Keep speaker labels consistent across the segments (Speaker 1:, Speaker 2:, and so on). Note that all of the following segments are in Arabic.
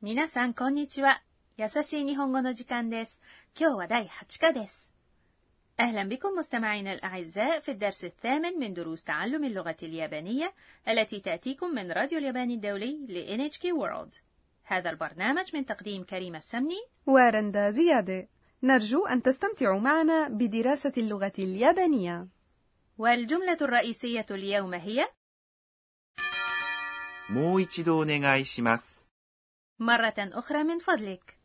Speaker 1: 皆さん、こんにちは。優しい日本語の時間です。今日は第8課です。أهلا بكم مستمعينا الأعزاء في الدرس الثامن من دروس تعلم اللغة اليابانية التي تأتيكم من راديو اليابان الدولي ل NHK World. هذا البرنامج من تقديم كريم السمني
Speaker 2: ورندا زيادة. نرجو أن تستمتعوا معنا بدراسة اللغة اليابانية.
Speaker 1: والجملة الرئيسية اليوم هي
Speaker 3: もう一度お願いします。
Speaker 1: مرة أخرى من فضلك.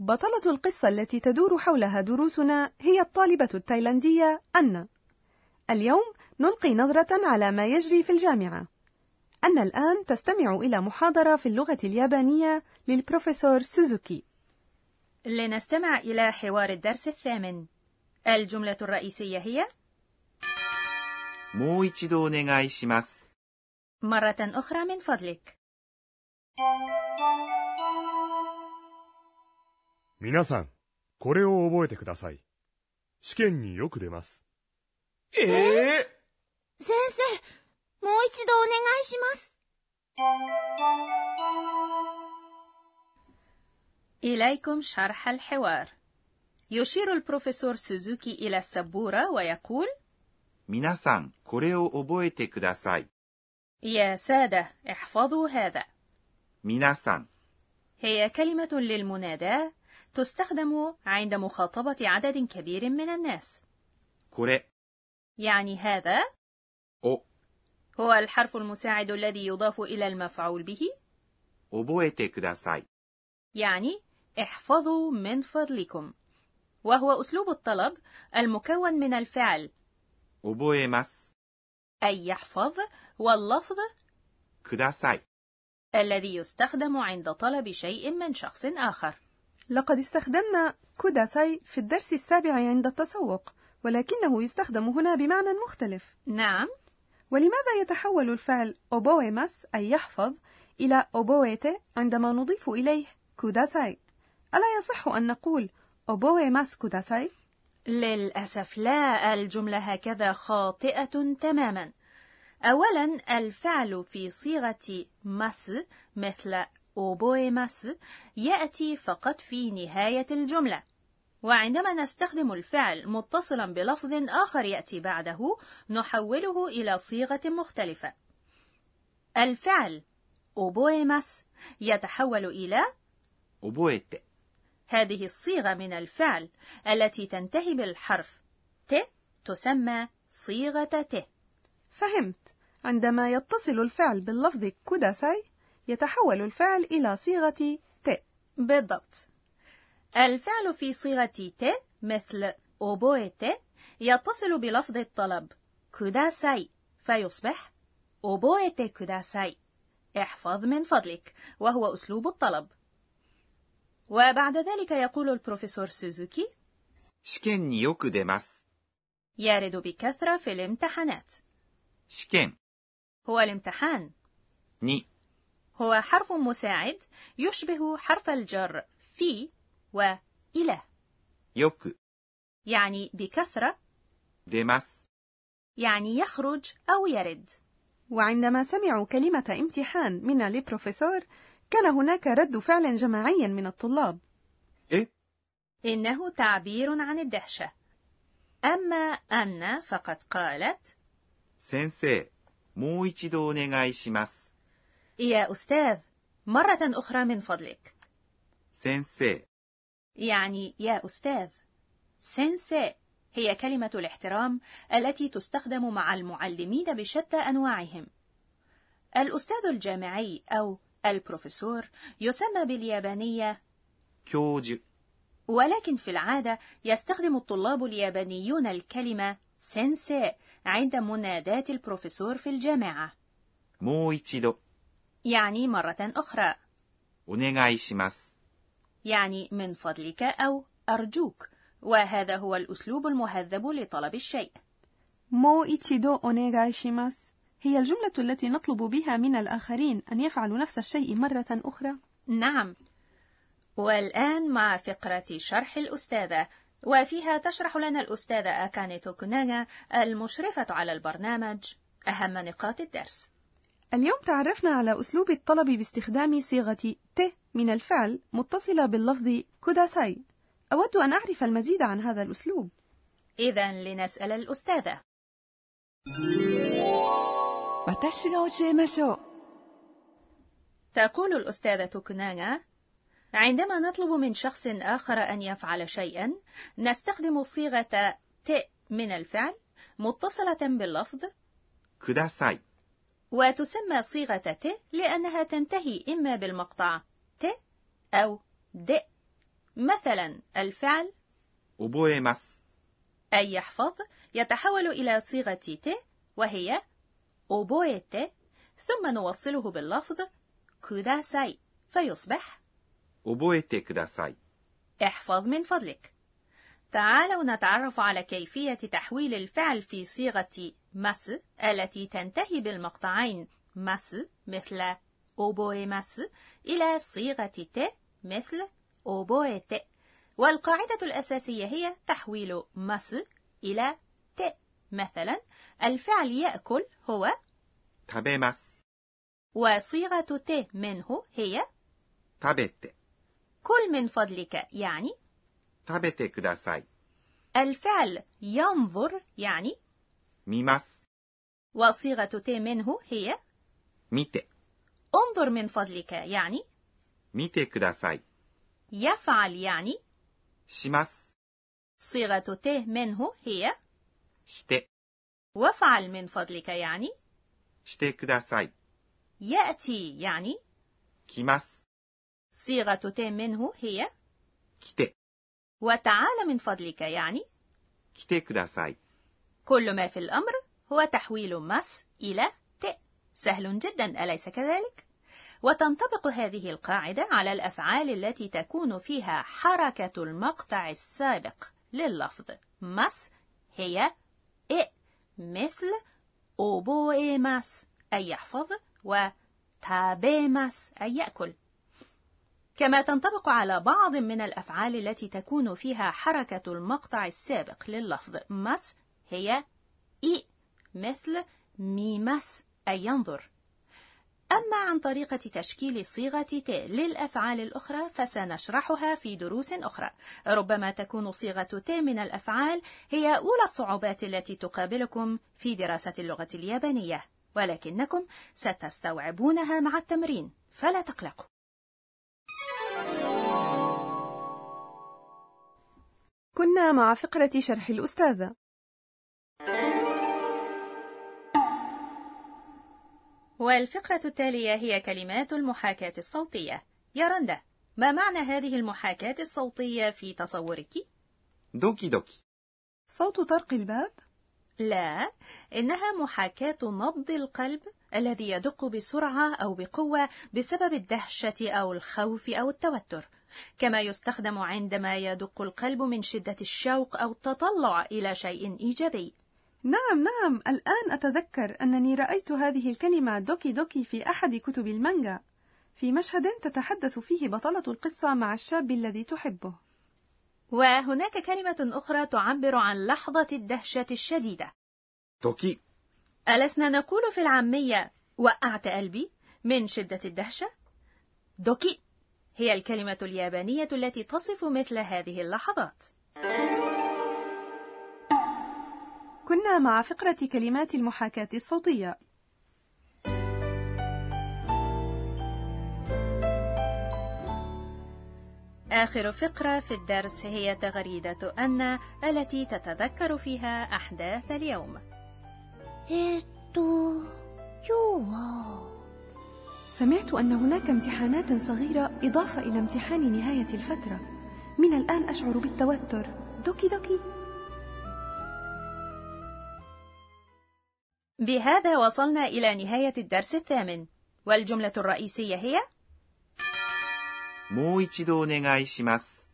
Speaker 2: بطلة القصة التي تدور حولها دروسنا هي الطالبة التايلاندية أن. اليوم نلقي نظرة على ما يجري في الجامعة. أن الآن تستمع إلى محاضرة في اللغة اليابانية للبروفيسور سوزوكي.
Speaker 1: لنستمع إلى حوار الدرس الثامن. الجملة الرئيسية هي
Speaker 3: もう一度お願いします。
Speaker 1: مرة أخرى من فضلك.
Speaker 4: 皆さん、これを覚えてください。試験によく出ます。
Speaker 5: ええー、
Speaker 6: 先生、もう一度お願いします。
Speaker 1: إليكم شرح الحوار. يشير البروفيسور سوزوكي إلى السبورة ويقول:
Speaker 3: 皆さん、これを覚えてください。
Speaker 1: يا سادة احفظوا هذا
Speaker 3: 皆さん
Speaker 1: هي كلمة للمناداة تستخدم عند مخاطبة عدد كبير من الناس
Speaker 3: これ
Speaker 1: يعني هذا
Speaker 3: お
Speaker 1: هو الحرف المساعد الذي يضاف إلى المفعول به
Speaker 3: 覚えてください
Speaker 1: يعني احفظوا من فضلكم وهو أسلوب الطلب المكون من الفعل
Speaker 3: 覚えます
Speaker 1: أي يحفظ واللفظ
Speaker 3: ください
Speaker 1: الذي يستخدم عند طلب شيء من شخص آخر
Speaker 2: لقد استخدمنا كوداساي في الدرس السابع عند التسوق ولكنه يستخدم هنا بمعنى مختلف
Speaker 1: نعم
Speaker 2: ولماذا يتحول الفعل أوبويماس أي يحفظ إلى أوبويتي عندما نضيف إليه كوداساي ألا يصح أن نقول أوبويماس كوداساي؟
Speaker 1: للأسف لا الجملة هكذا خاطئة تماما أولا الفعل في صيغة مس مثل أوبوي مس يأتي فقط في نهاية الجملة وعندما نستخدم الفعل متصلا بلفظ آخر يأتي بعده نحوله إلى صيغة مختلفة الفعل أوبوي مس يتحول إلى
Speaker 3: أوبويت
Speaker 1: هذه الصيغة من الفعل التي تنتهي بالحرف ت تسمى صيغة ت
Speaker 2: فهمت عندما يتصل الفعل باللفظ كوداساي يتحول الفعل إلى صيغة ت
Speaker 1: بالضبط الفعل في صيغة ت مثل أوبويت يتصل بلفظ الطلب كوداساي فيصبح أوبويت كوداساي احفظ من فضلك وهو أسلوب الطلب وبعد ذلك يقول البروفيسور سوزوكي
Speaker 3: 試験によく出ます
Speaker 1: يرد بكثرة في الامتحانات
Speaker 3: 試験
Speaker 1: هو الامتحان
Speaker 3: に
Speaker 1: هو حرف مساعد يشبه حرف الجر في وإلى
Speaker 3: よく
Speaker 1: يعني بكثرة
Speaker 3: 出ます
Speaker 1: يعني يخرج أو يرد
Speaker 2: وعندما سمعوا كلمة امتحان من البروفيسور كان هناك رد فعل جماعي من الطلاب
Speaker 3: إيه؟
Speaker 1: إنه تعبير عن الدهشة أما أن فقد قالت
Speaker 3: 先生、もう一度お願いします。
Speaker 1: يا أستاذ، مرة أخرى من فضلك.
Speaker 3: 先生
Speaker 1: يعني يا أستاذ. سينسي هي كلمة الاحترام التي تستخدم مع المعلمين بشتى أنواعهم. الأستاذ الجامعي أو البروفيسور يسمى باليابانية
Speaker 3: كيوجو
Speaker 1: ولكن في العادة يستخدم الطلاب اليابانيون الكلمة سينسي عند مناداة البروفيسور في الجامعة
Speaker 3: もう一度
Speaker 1: يعني مرة أخرى
Speaker 3: お願いします
Speaker 1: يعني من فضلك أو أرجوك وهذا هو الأسلوب المهذب لطلب الشيء
Speaker 2: もう一度お願いします هي الجملة التي نطلب بها من الآخرين أن يفعلوا نفس الشيء مرة أخرى؟
Speaker 1: نعم. والآن مع فقرة شرح الأستاذة، وفيها تشرح لنا الأستاذة أكاني توكوناغا المشرفة على البرنامج أهم نقاط الدرس.
Speaker 2: اليوم تعرفنا على أسلوب الطلب باستخدام صيغة ت من الفعل متصلة باللفظ كوداساي أود أن أعرف المزيد عن هذا الأسلوب
Speaker 1: إذا لنسأل الأستاذة
Speaker 7: 私が教えましょう。
Speaker 1: تقول الأستاذة كنانا عندما نطلب من شخص آخر أن يفعل شيئا نستخدم صيغة ت من الفعل متصلة باللفظ
Speaker 3: ください
Speaker 1: وتسمى صيغة ت لأنها تنتهي إما بالمقطع ت أو د مثلا الفعل
Speaker 3: 覚えます
Speaker 1: أي يحفظ يتحول إلى صيغة ت وهي أوبويت ثم نوصله باللفظ كوداساي فيصبح
Speaker 3: 覚えてください
Speaker 1: احفظ من فضلك تعالوا نتعرف على كيفية تحويل الفعل في صيغة مس التي تنتهي بالمقطعين مس مثل أوبويماس إلى صيغة ت مثل أوبويت والقاعدة الأساسية هي تحويل مس إلى ت مثلا الفعل يأكل هو
Speaker 3: 食べます
Speaker 1: وصيغة ت منه هي
Speaker 3: 食べて
Speaker 1: كل من فضلك يعني
Speaker 3: 食べてください
Speaker 1: الفعل ينظر يعني
Speaker 3: 見ます
Speaker 1: وصيغة ت منه هي
Speaker 3: 見て
Speaker 1: انظر من فضلك يعني
Speaker 3: 見てください
Speaker 1: يفعل يعني
Speaker 3: します
Speaker 1: صيغة ت منه هي
Speaker 3: して
Speaker 1: وافعل من فضلك يعني
Speaker 3: してください
Speaker 1: يأتي يعني
Speaker 3: 来ます
Speaker 1: صيغة ت منه هي
Speaker 3: 来て
Speaker 1: وتعال من فضلك يعني
Speaker 3: 来てください
Speaker 1: كل ما في الأمر هو تحويل مس إلى ت سهل جدا أليس كذلك؟ وتنطبق هذه القاعدة على الأفعال التي تكون فيها حركة المقطع السابق لللفظ مس هي إ مثل أوبوئيماس أي يحفظ وتابيماس أي يأكل كما تنطبق على بعض من الأفعال التي تكون فيها حركة المقطع السابق لللفظ مس هي إي مثل ميمس أي ينظر أما عن طريقة تشكيل صيغة ت للأفعال الأخرى فسنشرحها في دروس أخرى ربما تكون صيغة ت من الأفعال هي أولى الصعوبات التي تقابلكم في دراسة اللغة اليابانية ولكنكم ستستوعبونها مع التمرين فلا تقلقوا
Speaker 2: كنا مع فقرة شرح الأستاذة
Speaker 1: والفقرة التالية هي كلمات المحاكاة الصوتية يا رندا ما معنى هذه المحاكاة الصوتية في تصورك؟
Speaker 3: ドキドキ
Speaker 2: صوت طرق الباب
Speaker 1: لا إنها محاكاة نبض القلب الذي يدق بسرعة أو بقوة بسبب الدهشة أو الخوف أو التوتر كما يستخدم عندما يدق القلب من شدة الشوق أو التطلع إلى شيء إيجابي
Speaker 2: نعم نعم الآن أتذكر أنني رأيت هذه الكلمة دوكي دوكي في أحد كتب المانجا في مشهد تتحدث فيه بطلة القصة مع الشاب الذي تحبه
Speaker 1: وهناك كلمة أخرى تعبر عن لحظة الدهشة الشديدة
Speaker 3: ドキ
Speaker 1: ألسنا نقول في العامية وقعت قلبي من شدة الدهشة؟ دوكي هي الكلمة اليابانية التي تصف مثل هذه اللحظات
Speaker 2: كنا مع فقرة كلمات المحاكاة الصوتية
Speaker 1: آخر فقرة في الدرس هي تغريدة أن التي تتذكر فيها أحداث اليوم
Speaker 6: えーっと、今日は、
Speaker 2: سمعت أن هناك امتحانات صغيرة إضافة إلى امتحان نهاية الفترة من الآن أشعر بالتوتر دوكي دوكي
Speaker 1: بهذا وصلنا إلى نهاية الدرس الثامن والجملة الرئيسية هي
Speaker 3: もう一度お願いします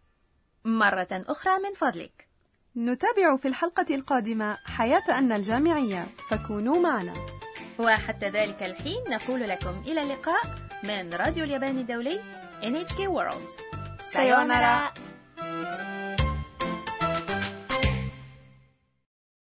Speaker 1: مرة أخرى من فضلك
Speaker 2: نتابع في الحلقة القادمة حياة أن الجامعية فكونوا معنا
Speaker 1: وحتى ذلك الحين نقول لكم إلى اللقاء من راديو اليابان الدولي NHK World
Speaker 6: さようなら。